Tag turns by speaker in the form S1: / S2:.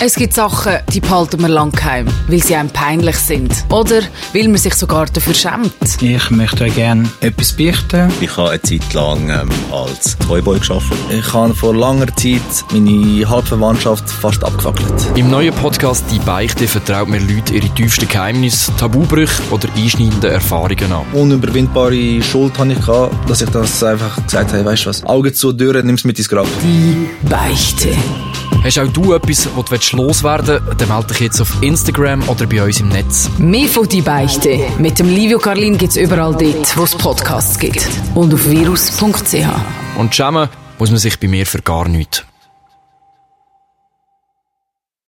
S1: Es gibt Sachen, die behalten wir lang geheim, weil sie einem peinlich sind. Oder weil man sich sogar dafür schämt.
S2: Ich möchte euch gerne etwas beichten.
S3: Ich habe eine Zeit lang ähm, als Toyboy geschafft.
S4: Ich habe vor langer Zeit meine Halbverwandtschaft fast abgefackelt.
S5: Im neuen Podcast «Die Beichte» vertraut mir Leute ihre tiefsten Geheimnisse, Tabubrüche oder einschneidende Erfahrungen an.
S4: Oh. Unüberwindbare Schuld hatte ich, gehabt, dass ich das einfach gesagt habe, weißt du was, Augen zu, Türen, nimm's mit ins Grab.
S1: Die Beichte.
S5: Hast auch du etwas, das du willst loswerden willst, dann melde dich jetzt auf Instagram oder bei uns im Netz.
S1: Mehr von «Die Beichte» mit dem Livio Carlin gibt's überall dort, wo es Podcasts gibt. Und auf virus.ch.
S5: Und schämen muss man sich bei mir für gar nichts.